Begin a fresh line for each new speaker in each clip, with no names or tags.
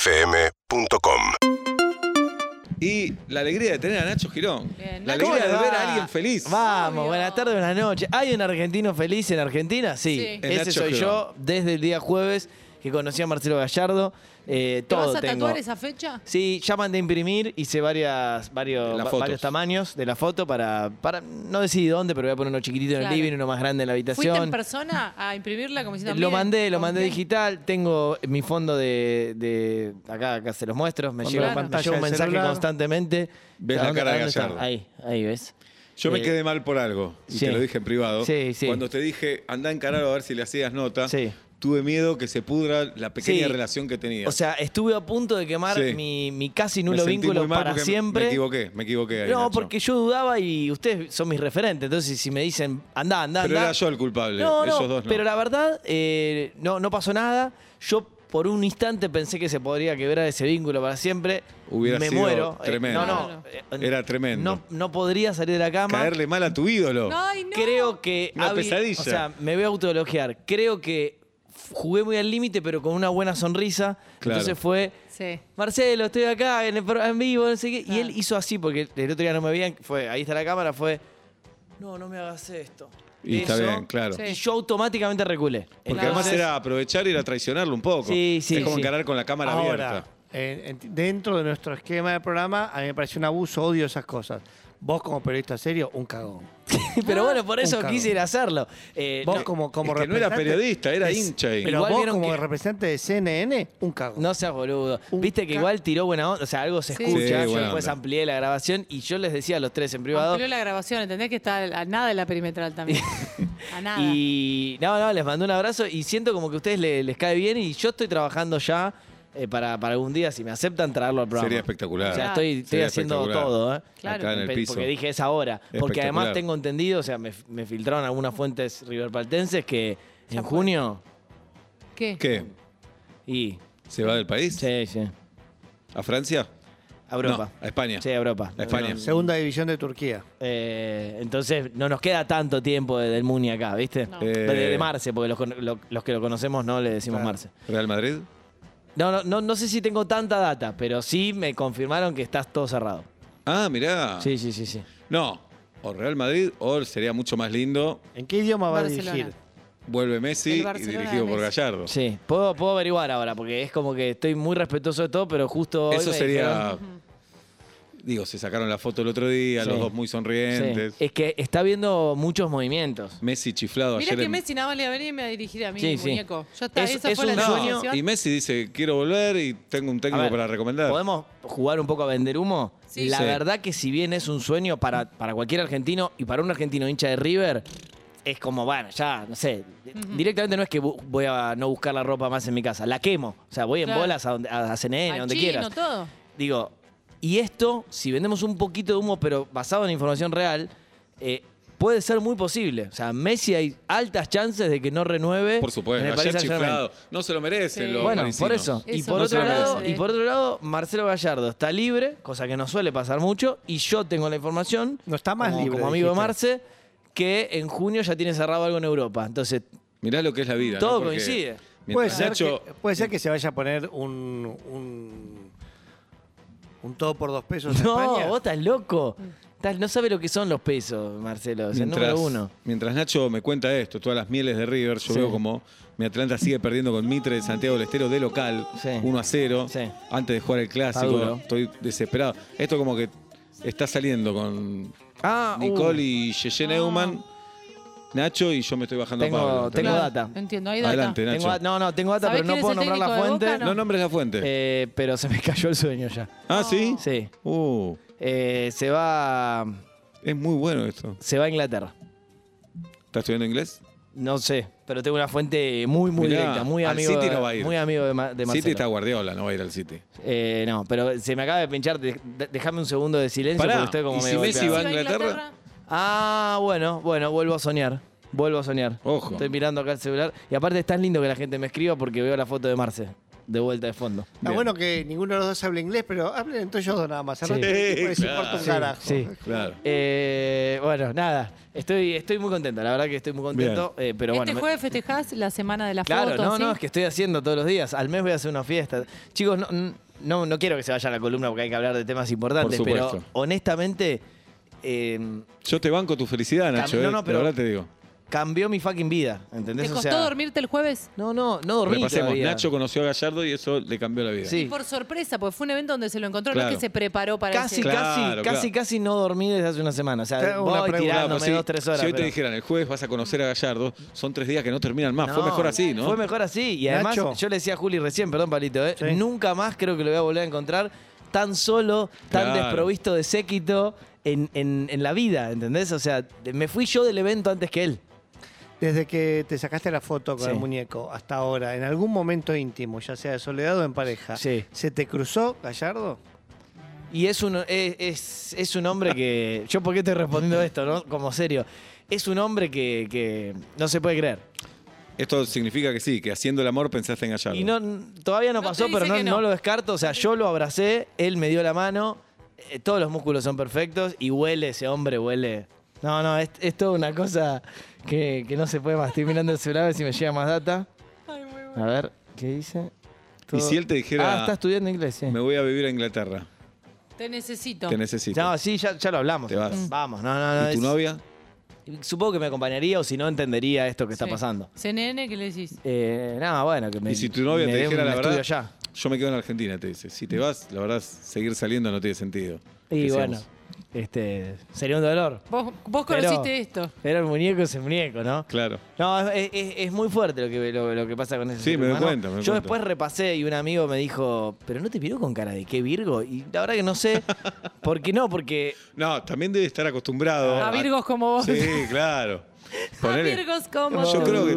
UrbanaPlayFM.com
Y la alegría de tener a Nacho Girón.
Bien,
la
Nacho.
alegría de
¿Cómo le
ver
va?
a alguien feliz.
Vamos,
Obvio.
buenas tardes, buenas noches. ¿Hay un argentino feliz en Argentina? Sí,
Sí.
El
ese
Nacho
soy
Girón.
yo desde el día jueves que conocí a Marcelo Gallardo. Eh,
¿Te
todo
vas a
tengo.
tatuar esa fecha?
Sí, ya mandé a imprimir, hice varias, varios,
Las
va-
fotos.
varios tamaños de la foto para, para. No decidí dónde, pero voy a poner uno chiquitito en
Claro.
el living, uno más grande en la
¿Fuiste en
habitación.
persona a imprimirla como diciendo
Lo
"Miren,
mandé, lo mandé
compré"?
digital, tengo mi fondo de, de- acá, acá se los muestro, me
Fondo
de
llega me
pantalla
llega un
del
mensaje
celular.
constantemente.
Ves
¿A
la
dónde-
cara
a
de
dónde está?
Gallardo.
Ahí, ahí ves.
Yo me
Eh,
quedé mal por algo, y
sí.
te lo dije en privado.
Sí, sí.
Cuando te dije, andá a encarar a ver si le hacías nota,
Sí.
tuve miedo que se pudra la pequeña
Sí.
relación que tenía.
O sea, estuve a punto de quemar
Sí.
mi, mi casi
Me
nulo
sentí
vínculo
muy mal
para
porque me-
siempre.
Me equivoqué, me equivoqué ahí,
no,
Nacho.
porque yo dudaba y ustedes son mis referentes. Entonces, si me dicen, andá, andá,
Pero
andá.
era yo el culpable,
No, no,
esos dos no.
pero la verdad, eh, no, no pasó nada. Yo por un instante pensé que se podría quebrar ese vínculo para siempre.
Hubiera
me
sido
muero. Eh,
tremendo.
no, no. eh,
Era tremendo.
No, no podría salir de la cama.
Caerle mal a tu ídolo.
Ay, no.
Creo que.
Una
Abby-
pesadilla.
O sea, me voy a autologiar. Creo que f- jugué muy al límite, pero con una buena sonrisa.
Claro.
Entonces fue.
Sí.
Marcelo, estoy acá en, el pro- en vivo, no sé qué. Y
Ah.
Claro.
él hizo así, porque el otro día no me veían, fue, ahí está la cámara, fue, no, no me hagas esto.
Y está
Eso.
bien, claro.
Sí.
Y yo automáticamente reculé.
Porque
Entonces-
además era aprovechar y era traicionarlo un poco.
Sí, sí,
Es como
sí.
encarar con la cámara
Ahora,
abierta.
en- en- dentro de nuestro esquema de programa, a mí me pareció un abuso, odio esas cosas. Vos como periodista serio, un cagón.
Pero bueno, por eso
Un cagón.
quisiera hacerlo. Eh,
Vos
no,
como, como
Es que no era
representante-
periodista, era
es-
hincha ahí.
Pero
Igual
vos
vieron
como
que-
representante de CNN, un cagón.
No seas boludo.
Un
Viste que
ca-
igual tiró buena onda, o sea, algo se
Sí.
escucha.
Sí,
yo
buena
después
onda.
amplié la grabación y yo les decía a los tres en privado.
Amplió la grabación, entendés que está a nada de la perimetral también. A nada.
Y no, no, les mando un abrazo y siento como que a ustedes le- les, cae bien y yo estoy trabajando ya eh, para, para algún día, si me aceptan, traerlo al programa.
Sería espectacular.
O sea,
Claro.
estoy, estoy
Sería
haciendo
espectacular.
todo, ¿eh?
Claro.
Acá en el
Pe-
piso.
Porque dije es ahora. Porque
Espectacular.
además tengo entendido, o sea, me, me filtraron algunas fuentes riverpaltenses que en junio
¿Qué?
¿Qué?
y...
¿Se va del país?
Sí, sí.
¿A Francia?
A Europa.
No, a España.
Sí, a Europa.
A España.
Segunda división de Turquía.
Eh, entonces no nos queda tanto tiempo de- del Muni acá, ¿viste?
No.
De, de
Eh.
Marce, porque los, con- lo- los que lo conocemos no le decimos
Claro.
Marce.
¿Real Madrid?
No, no, no, no sé si tengo tanta data, pero sí me confirmaron que estás todo cerrado.
Ah, mirá.
Sí, sí, sí, sí.
No, o Real Madrid, o sería mucho más lindo,
¿En qué idioma va a
Barcelona.
dirigir?
vuelve
El
Messi y
Barcelona
dirigido
de
por
Messi.
Gallardo.
Sí. Puedo, puedo averiguar ahora, porque es como que estoy muy respetuoso de todo, pero justo. hoy
Eso
me
sería...
dijeron-
Digo, se sacaron la foto el otro día,
Sí.
los dos muy sonrientes.
Sí. Es que está viendo muchos movimientos.
Messi chiflado
Mirá
ayer
que
en-
Messi nada más le va a venir y me va a dirigir a mí,
Sí, sí.
muñeco. Ya está,
Es-
esa
es
fue
un
la
sueño-
No,
definición.
y Messi dice, quiero volver y tengo un
A
técnico
ver,
para recomendar.
¿Podemos jugar un poco a vender humo?
Sí.
La
Sí.
verdad que si bien es un sueño para, para cualquier argentino y para un argentino hincha de River, es como, bueno, ya, no sé. Directamente no es que bu- voy a no buscar la ropa más en mi casa, la quemo. O sea, voy en
Claro.
bolas a, donde- a, a CNN, a
Al
donde
chino,
quieras.
todo.
Digo, y esto, si vendemos un poquito de humo, pero basado en información real, eh, puede ser muy posible. O sea, Messi hay altas chances de que no
Por
renueve. en el
supuesto,
Paris
ayer
Saint-Germain.
chiflado. No se lo merecen
Sí.
los
Bueno,
parisinos.
por eso. Y
Eso
por,
no
otro
se lo
lado,
merece.
y por otro lado, Marcelo Gallardo está libre, cosa que no suele pasar mucho, y yo tengo la información,
No está más
como,
libre.
como amigo de
dijiste.
Marce, que en junio ya tiene cerrado algo en Europa. Entonces,
Mirá lo que es la vida.
Todo
¿no? Porque
coincide.
Puede
mientras
ser,
Nacho-
que, puede ser que se vaya a poner un, un, un todo por dos pesos en
no,
España.
vos estás loco. Estás- no sabe lo que son los pesos, Marcelo. Es el número uno.
mientras Nacho me cuenta esto, todas las mieles de River, yo
Sí.
veo como mi Atlanta sigue perdiendo con Mitre de Santiago del Estero de local,
Sí.
1 a 0,
Sí.
antes de jugar el
duro.
clásico. Estoy desesperado. Esto como que está saliendo con
Ah, uh,
Nicole y Yeye Neumann, Nacho y yo me estoy bajando
Tengo-
a Pablo.
tengo
¿entendés?
data.
Entiendo, hay data.
Adelante, Nacho.
tengo da- no, no, tengo data,
¿Sabés
pero no
quién
puedo
es el
nombrar la
técnico de
fuente.
Boca?
no.
no.
nombres la fuente.
Eh, pero se me cayó el sueño ya.
ah, sí.
Sí.
Uh,
Eh, se va.
es muy bueno esto.
Se va a Inglaterra.
¿Estás estudiando inglés?
No sé, pero tengo una fuente muy, muy
Mirá,
directa, muy
al
amigo,
City no va a ir.
muy amigo de, Ma- de Marcelo.
City está Guardiola, no va a ir al City.
Eh, no, pero se me acaba de pinchar, de- de- déjame un segundo de silencio
Pará,
porque estoy como
¿y si
medio
Messi
golpeado.
va- Inglaterra?
Ah, bueno, bueno, vuelvo a soñar. Vuelvo a soñar.
Ojo.
Estoy mirando acá el celular. Y aparte es tan lindo que la gente me escriba porque veo la foto de Marce. de vuelta de fondo.
Está bueno que ninguno de los dos hable inglés, pero hablen entre ellos dos nada más. Al
Sí.
resto del equipo les
Sí,
importa un
claro.
carajo.
Sí.
Claro.
Eh, bueno, nada, estoy, estoy muy contento, la verdad que estoy muy contento, eh, pero bueno.
este
me-
jueves festejás la semana de la
Claro,
foto.
no,
¿sí?
no, es que estoy haciendo todos los días. Al mes voy a hacer una fiesta. Chicos, no, no, no quiero que se vaya la columna porque hay que hablar de temas importantes,
Por supuesto.
pero honestamente eh,
Yo te banco tu felicidad, Nacho.
Cam- no,
eh,
no,
la
pero-
verdad te digo.
cambió mi fucking vida. ¿Entendés?
¿Te
O
costó
sea,
dormirte el jueves?
No, no, no dormí.
Repasemos.
todavía.
Nacho conoció a Gallardo y eso le cambió la vida.
Sí.
Por sorpresa, porque fue un evento donde se lo encontró, no
Claro.
es que se preparó para
Casi,
ese-
Claro,
casi,
claro.
casi, casi no dormí desde hace una semana. O sea,
Te hago una
voy
pregunta,
Claro,
tirándome
pues sí,
dos, tres horas.
si hoy te
pero-
dijeran el jueves vas a conocer a Gallardo, son tres días que no terminan más. fue
No,
mejor así, ¿no?
Fue mejor así. Y además,
Nacho.
yo le decía a Juli recién, perdón, Palito, ¿eh?
Sí.
nunca más creo que lo voy a volver a encontrar tan solo, tan
Claro.
desprovisto de séquito en, en- en la vida, ¿entendés? O sea, de- me fui yo del evento antes que él.
Desde que te sacaste la foto con
Sí.
el muñeco hasta ahora, en algún momento íntimo, ya sea de soledad o en pareja,
Sí.
¿se te cruzó Gallardo?
Y es un, es, es- es un hombre que. ¿Yo por qué estoy respondiendo esto, no? Como serio. Es un hombre que, que no se puede creer.
Esto significa que sí, que haciendo el amor pensaste en Gallardo.
Y no, n- todavía no,
No te
pasó, pero
dice
no,
que
no.
no.
lo descarto. O sea, yo lo abracé, él me dio la mano, eh, todos los músculos son perfectos y huele ese hombre, huele. No, no, es, es toda una cosa que, que no se puede más. Estoy mirando el celular a ver si me llega más data.
Ay, muy bueno.
A ver, ¿qué dice? Todo-
si él te dijera-
Ah, está estudiando inglés, sí.
Me voy a vivir a Inglaterra.
Te necesito.
Te necesito.
No, sí, ya, ya lo hablamos.
Te vas.
Vamos, no, no, no.
¿Y tu
es-
novia?
Supongo que me acompañaría o si no entendería esto que está
Sí.
pasando.
CNN, ¿qué le decís?
Eh, nada, bueno, que me.
y si tu novia
me
te
dé
dijera
un
la
estudio
verdad,
ya.
yo me quedo en Argentina, te dice. Si te vas, la verdad, seguir saliendo no tiene sentido.
Y
Decíamos.
bueno, este, sería un dolor.
Vos, vos
Pero-
conociste esto.
Pero el muñeco es el muñeco, ¿no?
Claro.
No, es, es- es muy fuerte lo que, lo, lo que pasa con ese
Sí,
ser
me doy
humano.
cuenta, me doy
Yo
cuenta.
después repasé y un amigo me dijo, pero no te miró con cara de qué Virgo. Y la verdad que no sé por qué no, porque
No, también debe estar acostumbrado.
A virgos como vos.
Ah, Sí, claro.
A
Ponele.
virgos como
Yo
tú.
creo que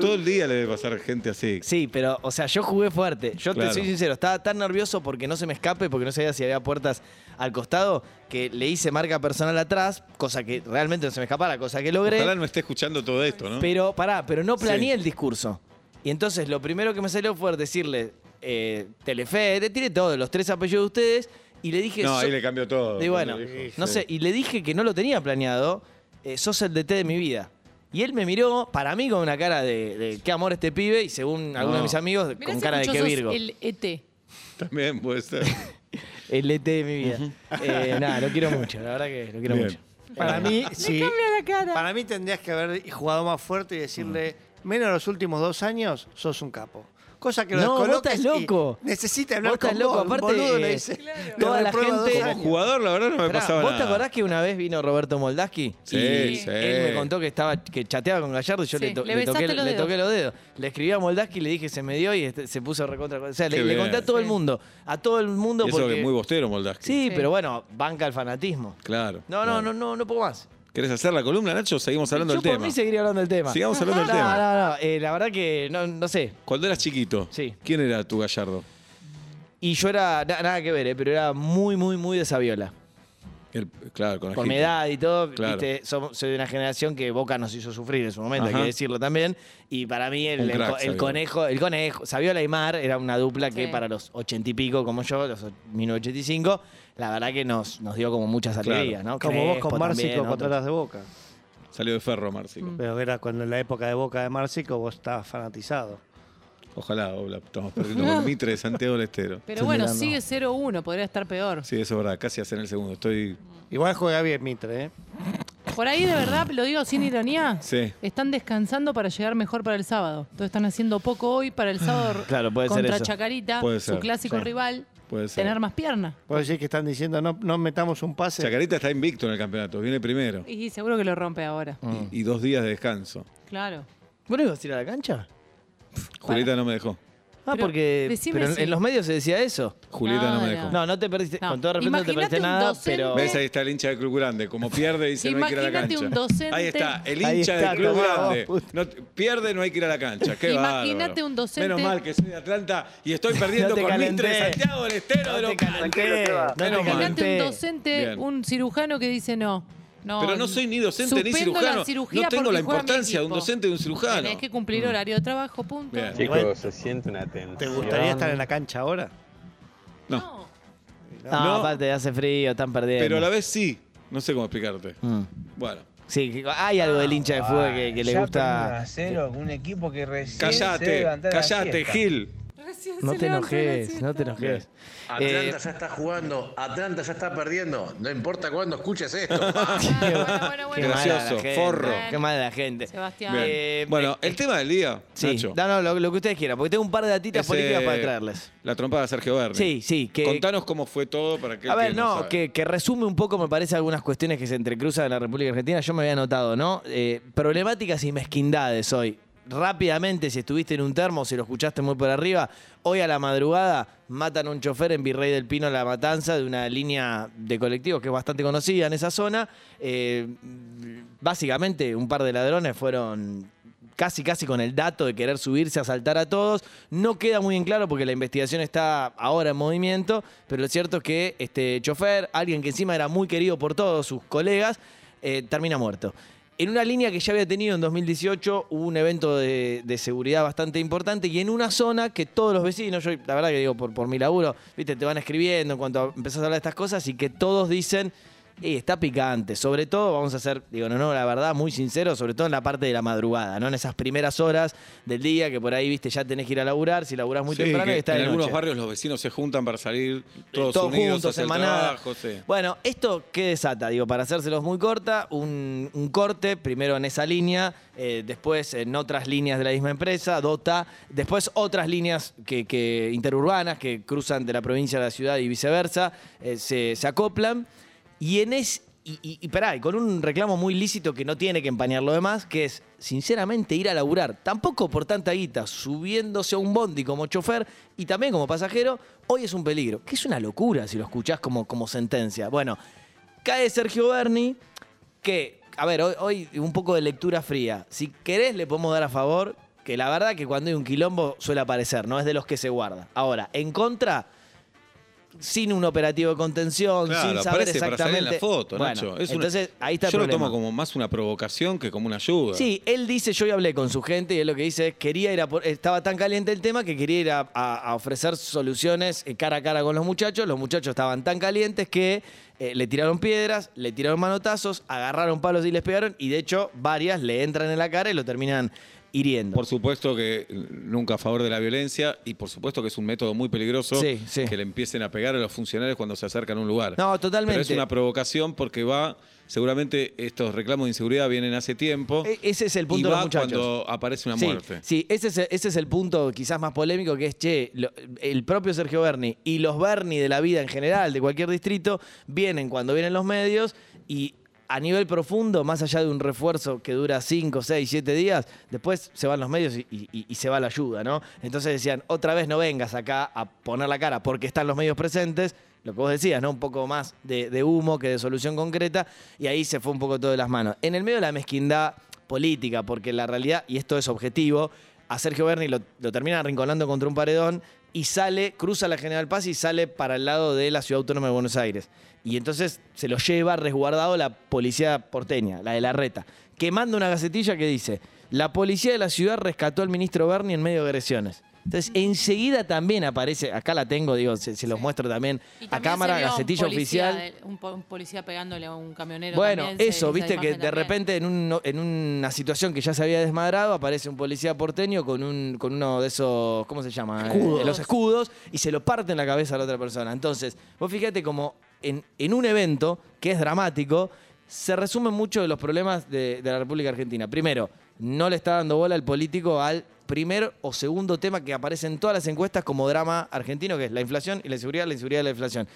todo el día le debe pasar gente así.
sí, pero, o sea, yo jugué fuerte. Yo
Claro.
te soy sincero, estaba tan nervioso porque no se me escape, porque no sabía si había puertas al costado, que le hice marca personal atrás, cosa que realmente no se me escapara, cosa que logré.
Ojalá no esté escuchando todo esto, ¿no?
Pero, pará, pero no planeé
Sí.
el discurso. Y entonces lo primero que me salió fue decirle, eh, Telefe, te tiene todos los tres apellidos de ustedes. Y le dije,
no,
"So-
ahí le cambió todo.
y bueno,
cuando dijo.
no sé, y le dije que no lo tenía planeado, eh, sos el DT de mi vida. Y él me miró, para mí, con una cara de, de qué amor este pibe, y según algunos de
No.
mis amigos,
Mirá
con
si
cara de qué
escuchó, sos
Virgo. El...
El E ET.
También puede ser.
DT de mi vida. Eh, nada, lo quiero mucho, la verdad que lo quiero
Bien.
mucho.
Para mí, sí.
la cara.
Para mí tendrías que haber jugado más fuerte y decirle, menos los últimos dos años, sos un capo. Cosa que lo
Mm. No, vos
descolocas
estás
y
loco.
Necesita
Vos
hablar
estás
con
loco,
vos, un
aparte,
boludo le
eh,
dice.
claro.
"Lo
toda la
reprueba dos
gente-
años".
Como jugador, la verdad, no me
Pará,
pasaba
¿Vos
nada.
te acordás que una vez vino Roberto Moldaski?
Sí,
y
sí.
Él me contó que estaba que chateaba con Gallardo y yo
Sí,
le, to-
le
le toqué,
besaste los
le
dedos.
toqué los dedos. Le escribí a Moldaski y le dije se me dio y este- se puso recontra. O sea,
Qué
le, le
bien.
conté a todo el
Sí.
mundo. A todo el mundo
Y eso
porque.
que es muy bostero, Moldaski.
sí,
Sí.
pero bueno, banca el fanatismo.
Claro.
No,
claro.
no, no, no, no puedo más.
¿Querés hacer la columna, Nacho? Seguimos hablando
yo
del
por
tema.
mí seguiría hablando del tema.
Sigamos hablando del
no,
tema.
No, no, eh, la verdad que no, no sé.
Cuando eras chiquito,
Sí.
¿quién era tu gallardo?
Y yo era, na- nada que ver, eh, pero era muy, muy, muy de Saviola.
El- claro, con
por
Agito.
mi edad y todo,
Claro.
viste, som- soy de una generación que Boca nos hizo sufrir en su momento, hay
Ajá.
que decirlo también. Y para mí el,
Un
el
crack,
co- el
Saviola.
conejo, el conejo, Saviola y Mar era una dupla que
Sí.
para los ochenta y pico como yo, los o- 1985, la verdad que nos, nos dio como muchas
Claro.
alegrías, ¿no?
Como vos
Crespo
con Márcico
también,
cuando
otros.
eras de Boca.
Salió de ferro, Márcico.
Mm.
Pero era cuando en la época de Boca de Márcico vos estabas fanatizado.
Ojalá, Oblap, estamos perdiendo con Mitre de Santiago del Estero.
Pero bueno, sigue 0-1, podría estar peor.
Sí, eso es verdad, casi hacen el segundo. Estoy.
Igual juega bien Mitre, ¿eh?
Por ahí, de verdad, lo digo sin ironía,
Sí.
están descansando para llegar mejor para el sábado. Entonces están haciendo poco hoy para el sábado
Claro, puede ser
contra
eso.
Chacarita,
Puede
su
ser,
clásico
sí.
rival,
Puede ser.
tener más pierna.
Puedo decir que están diciendo, no, no metamos un pase.
Chacarita está invicto en el campeonato, viene primero.
Y seguro que lo rompe ahora.
Mm.
Y, y dos días de descanso.
Claro.
¿Vos no ibas a ir a la cancha?
Julieta no me dejó.
Ah,
Pero
porque
decime
pero en-
si-
en los medios se decía eso.
Julieta no,
No,
me
no.
dejó.
No, no te perdiste,
No.
con todo respeto no te
Imagínate
perdiste
un
nada,
docente-
pero...
¿Ves? Ahí está el hincha del Club Grande. Como pierde, dice no hay que ir a la
Imagínate
cancha.
un docente-
Ahí está, el
Ahí
hincha
está,
del Club
tomá,
Grande.
vos, puto.
No, pierde, no hay que ir a la cancha. Qué
Imagínate
bárbaro.
un docente-
Menos mal que soy de Atlanta y estoy perdiendo
No te
con Mitre de
calenté.
Santiago del Estero de
No te
local.
calenté, no te
Menos mal.
Imagínate
calenté.
un docente,
Bien.
un cirujano que dice no. No,
Pero no soy ni docente ni
suspendo
cirujano.
La cirugía
no tengo la
porque juega mi
importancia de un
equipo.
docente y de un cirujano. Mm.
Tenés que cumplir horario de trabajo, punto.
Bien.
Igual-
Chicos, se siente una tensión.
¿Te gustaría estar en la cancha ahora?
No.
No,
No.
aparte hace frío, están perdiendo.
Pero a la vez sí. No sé cómo explicarte.
Mm.
Bueno.
Sí, que- hay algo del hincha de fútbol que, que le
Ya
gusta.
perdieron a cero, un equipo que recién se debe
Callate,
levantar a la
callate,
siesta.
Gil.
Recién
No
se
te
levantó la
enojes,
siesta.
no te enojes. Eh,
Atlanta ya está jugando, Atlanta ya está perdiendo. No importa cuándo escuches esto.
Ah, bueno, bueno,
Qué
bueno.
mala la
Gracioso,
gente,
forro.
Qué mala la gente.
Sebastián.
Bien.
Eh,
bueno, el tema del día,
Sí,
Nacho.
no, no, lo, lo que ustedes quieran, porque tengo un par de datitas
es,
políticas
eh,
para traerles.
La trompada de Sergio Berni.
Sí, sí, que-
Contanos cómo fue todo para que.
A
el
ver,
que
no,
sabe.
que, que resume un poco, me parece, algunas cuestiones que se entrecruzan en la República Argentina. Yo me había notado, ¿no? Eh, problemáticas y mezquindades hoy. Rápidamente, si estuviste en un termo, si lo escuchaste muy por arriba, hoy a la madrugada matan a un chofer en Virrey del Pino La Matanza de una línea de colectivos que es bastante conocida en esa zona. Eh, básicamente, un par de ladrones fueron casi casi con el dato de querer subirse a saltar a todos. No queda muy en claro porque la investigación está ahora en movimiento, pero lo cierto es que este chofer, alguien que encima era muy querido por todos sus colegas, eh, termina muerto. En una línea que ya había tenido en 2018 hubo un evento de, de seguridad bastante importante y en una zona que todos los vecinos, yo la verdad que digo por, por mi laburo, viste, te van escribiendo en cuanto a- empezás a hablar de estas cosas y que todos dicen, y está picante, sobre todo, vamos a ser, digo, no, no, la verdad, muy sincero, sobre todo en la parte de la madrugada, ¿no? En esas primeras horas del día que por ahí, viste, ya tenés que ir a laburar, si laburás muy
Sí,
temprano,
que
y está
en
de
algunos
noche. Eh,
barrios los vecinos se juntan para salir todos,
Todos
unidos
juntos,
hacia
en
el
manada.
trabajo, sí.
Bueno, esto qué desata, digo, para hacérselos muy corta, un, un corte, primero en esa línea, eh, después en otras líneas de la misma empresa, Dota, después otras líneas que, que- interurbanas que cruzan de la provincia a la ciudad y viceversa, eh, se, se acoplan. Y en es. Y, y, y pará, y con un reclamo muy lícito que no tiene que empañar lo demás, que es, sinceramente, ir a laburar, tampoco por tanta guita, subiéndose a un bondi como chofer y también como pasajero, hoy es un peligro. Que es una locura si lo escuchás como, como sentencia. Bueno, cae Sergio Berni, que, a ver, hoy, hoy un poco de lectura fría. Si querés, le podemos dar a favor, que la verdad que cuando hay un quilombo suele aparecer, no es de los que se guarda. Ahora, en contra, sin un operativo de contención,
Claro,
sin saber
aparece
exactamente.
para salir en la foto,
Bueno,
Nacho. Es una-
entonces, ahí está el
Yo lo
problema.
tomo como más una provocación que como una ayuda.
Sí, él dice, yo ya hablé con su gente y él lo que dice es, quería ir a por- estaba tan caliente el tema que quería ir a, a- a ofrecer soluciones eh, cara a cara con los muchachos. Los muchachos estaban tan calientes que eh, le tiraron piedras, le tiraron manotazos, agarraron palos y les pegaron y de hecho varias le entran en la cara y lo terminan hiriendo.
Por supuesto que nunca a favor de la violencia y por supuesto que es un método muy peligroso
Sí, sí.
que le empiecen a pegar a los funcionarios cuando se acercan a un lugar.
No, totalmente.
Pero es una provocación porque va, seguramente estos reclamos de inseguridad vienen hace tiempo.
E- ese es el punto
y
de los
va
muchachos.
cuando aparece una
Sí,
muerte.
Sí, ese es, ese es el punto quizás más polémico que es, che, lo- el propio Sergio Berni y los Berni de la vida en general, de cualquier distrito, vienen cuando vienen los medios y a nivel profundo, más allá de un refuerzo que dura 5, 6, 7 días, después se van los medios y, y- y se va la ayuda, ¿no? Entonces decían, otra vez no vengas acá a poner la cara porque están los medios presentes. Lo que vos decías, ¿no? Un poco más de, de humo que de solución concreta. Y ahí se fue un poco todo de las manos. En el medio de la mezquindad política, porque la realidad, y esto es objetivo, a Sergio Berni lo, lo termina arrinconando contra un paredón y sale, cruza la General Paz y sale para el lado de la Ciudad Autónoma de Buenos Aires. Y entonces se lo lleva resguardado la policía porteña, la de la reta, que manda una gacetilla que dice, la policía de la ciudad rescató al ministro Berni en medio de agresiones. Entonces, enseguida también aparece, acá la tengo, digo, se, se los muestro también,
Y
a
también
cámara,
se vio a un
gacetilla
policía,
oficial.
eh, Un, po- un policía pegándole a un camionero.
Bueno,
también, se-
eso,
esa
viste que
imagen
de
también.
repente en, un- en una situación que ya se había desmadrado aparece un policía porteño con, un, con uno de esos, ¿cómo se llama? Eh,
Escudos.
los escudos y se lo parte en la cabeza a la otra persona. Entonces, vos fíjate como en, en un evento que es dramático se resumen muchos de los problemas de, de la República Argentina. Primero, no le está dando bola el político al primer o segundo tema que aparece en todas las encuestas como drama argentino, que es la inflación y la inseguridad, la inseguridad y la inflación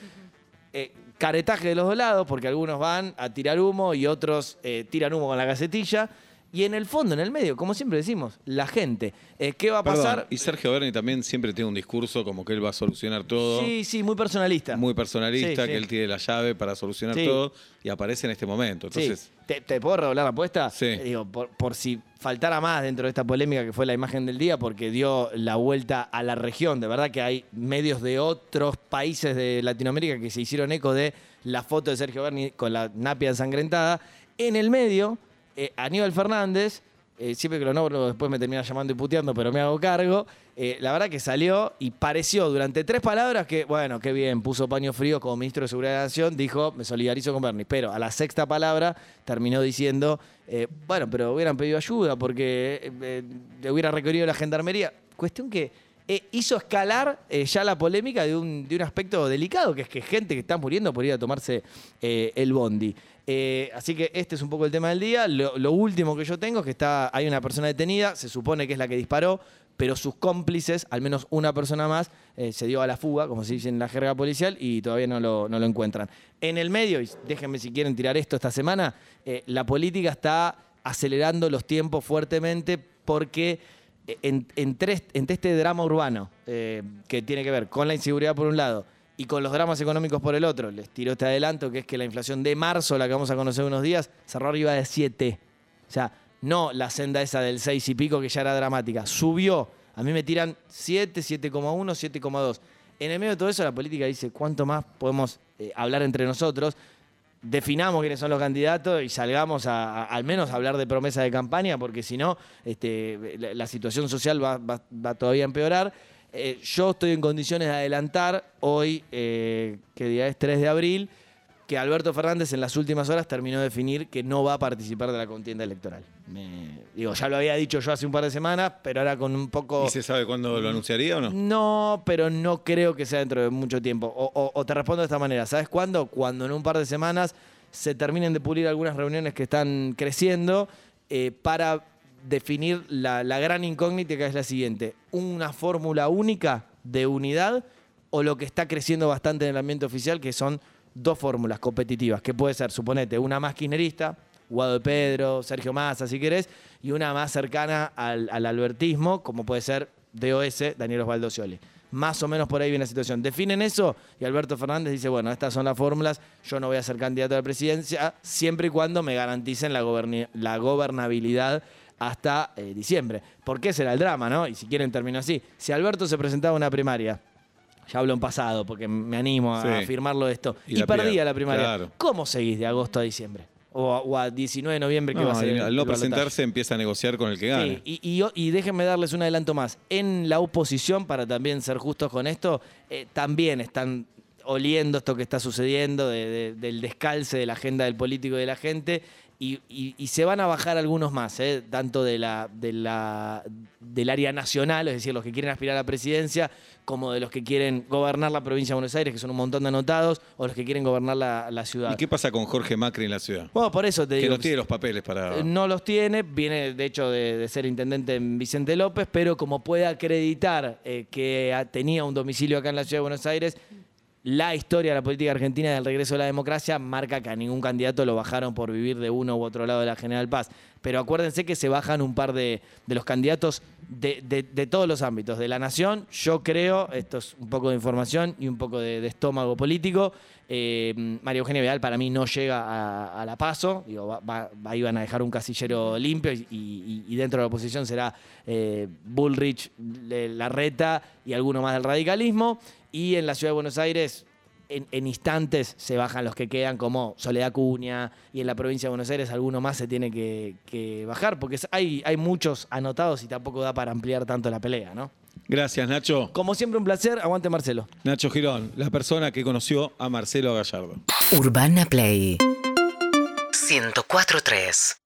eh, caretaje de los dos lados, porque algunos van a tirar humo y otros eh, tiran humo con la gacetilla. Y en el fondo, en el medio, como siempre decimos, la gente. Eh, ¿Qué va a
Perdón,
pasar?
Y Sergio Berni también siempre tiene un discurso como que él va a solucionar todo.
Sí, sí, muy personalista.
Muy personalista,
Sí, sí.
que él tiene la llave para solucionar
Sí.
todo y aparece en este momento.
Sí.
Entonces,
¿Te, te puedo redoblar la apuesta?
Sí.
Eh, Digo, por, por si faltara más dentro de esta polémica que fue la imagen del día, porque dio la vuelta a la región. De verdad que hay medios de otros países de Latinoamérica que se hicieron eco de la foto de Sergio Berni con la napia ensangrentada. En el medio, eh, Aníbal Fernández, eh, siempre que lo nombro después me termina llamando y puteando, pero me hago cargo. eh, la verdad que salió y pareció durante tres palabras que, bueno, qué bien, puso paño frío como ministro de Seguridad de la Nación, dijo, me solidarizo con Bernie. Pero a la sexta palabra terminó diciendo, eh, bueno, pero hubieran pedido ayuda porque eh, eh, le hubiera requerido la gendarmería. Cuestión que eh, hizo escalar eh, ya la polémica de un, de un aspecto delicado, que es que gente que está muriendo por ir a tomarse eh, el bondi. Eh, así que este es un poco el tema del día. Lo, lo último que yo tengo es que está, hay una persona detenida, se supone que es la que disparó, pero sus cómplices, al menos una persona más, eh, se dio a la fuga, como se dice en la jerga policial, y todavía no lo, no lo encuentran. En el medio, y déjenme si quieren tirar esto esta semana, eh, la política está acelerando los tiempos fuertemente porque en, entre, est- entre este drama urbano eh, que tiene que ver con la inseguridad por un lado y con los dramas económicos por el otro, les tiro este adelanto que es que la inflación de marzo, la que vamos a conocer unos días, cerró arriba de 7. O sea, no la senda esa del 6 y pico que ya era dramática, subió. A mí me tiran 7, 7,1, 7,2. En el medio de todo eso, la política dice, ¿cuánto más podemos eh, hablar entre nosotros? definamos quiénes son los candidatos y salgamos a, a- al menos a hablar de promesa de campaña, porque si no, este, la, la situación social va, va- va todavía a empeorar. Eh, yo estoy en condiciones de adelantar hoy, eh, que día es 3 de abril, que Alberto Fernández en las últimas horas terminó de definir que no va a participar de la contienda electoral. Me- digo, ya lo había dicho yo hace un par de semanas, pero ahora con un poco...
¿Y se sabe cuándo lo anunciaría o no?
No, pero no creo que sea dentro de mucho tiempo. O, o- o te respondo de esta manera. ¿Sabes cuándo? Cuando en un par de semanas se terminen de pulir algunas reuniones que están creciendo eh, para definir la, la gran incógnita que es la siguiente. Una fórmula única de unidad o lo que está creciendo bastante en el ambiente oficial, que son dos fórmulas competitivas, que puede ser, suponete, una más kirchnerista, Guado de Pedro, Sergio Massa, si querés, y una más cercana al, al albertismo, como puede ser DOS, Daniel Osvaldo Scioli. Más o menos por ahí viene la situación. Definen eso y Alberto Fernández dice, bueno, estas son las fórmulas, yo no voy a ser candidato a la presidencia, siempre y cuando me garanticen la, goberni- la gobernabilidad hasta eh, diciembre. Porque será el drama, ¿no? Y si quieren termino así. Si Alberto se presentaba a una primaria, ya hablo en pasado porque me animo a
Sí.
afirmarlo de esto,
Y
y,
la
perdía
pierde,
la primaria,
claro.
¿cómo seguís de agosto a diciembre? O a, o a 19 de noviembre que
No,
va a ser
y
el-
al
el
no
balotaje.
presentarse empieza a negociar con el que gane.
Sí, y, y- y déjenme darles un adelanto más. En la oposición, para también ser justos con esto, eh, también están oliendo esto que está sucediendo, de- de- del descalce de la agenda del político y de la gente, y, y- y se van a bajar algunos más, eh, tanto de la, de la- del área nacional, es decir, los que quieren aspirar a la presidencia, como de los que quieren gobernar la provincia de Buenos Aires, que son un montón de anotados, o los que quieren gobernar la, la ciudad.
¿Y qué pasa con Jorge Macri en la ciudad?
Bueno, por eso te
Que
digo.
no tiene los papeles para.
Eh, No los tiene, viene de hecho de, de ser intendente en Vicente López, pero como puede acreditar eh, que ah, tenía un domicilio acá en la ciudad de Buenos Aires, la historia de la política argentina del regreso de la democracia marca que a ningún candidato lo bajaron por vivir de uno u otro lado de la General Paz. Pero acuérdense que se bajan un par de, de los candidatos de, de- de todos los ámbitos. De la nación, yo creo, esto es un poco de información y un poco de, de estómago político. eh, María Eugenia Vidal para mí no llega a, a la paso. Digo, va- va- ahí van a dejar un casillero limpio y, y- y dentro de la oposición será eh, Bullrich, Le- Larreta y alguno más del radicalismo. Y en la ciudad de Buenos Aires, en, en instantes se bajan los que quedan, como Soledad Cuña, y en la provincia de Buenos Aires alguno más se tiene que, que bajar, porque es- hay, hay muchos anotados y tampoco da para ampliar tanto la pelea, ¿no?
Gracias, Nacho.
Como siempre, un placer. Aguante, Marcelo.
Nacho Girón, la persona que conoció a Marcelo Gallardo.
Urbana Play 104.3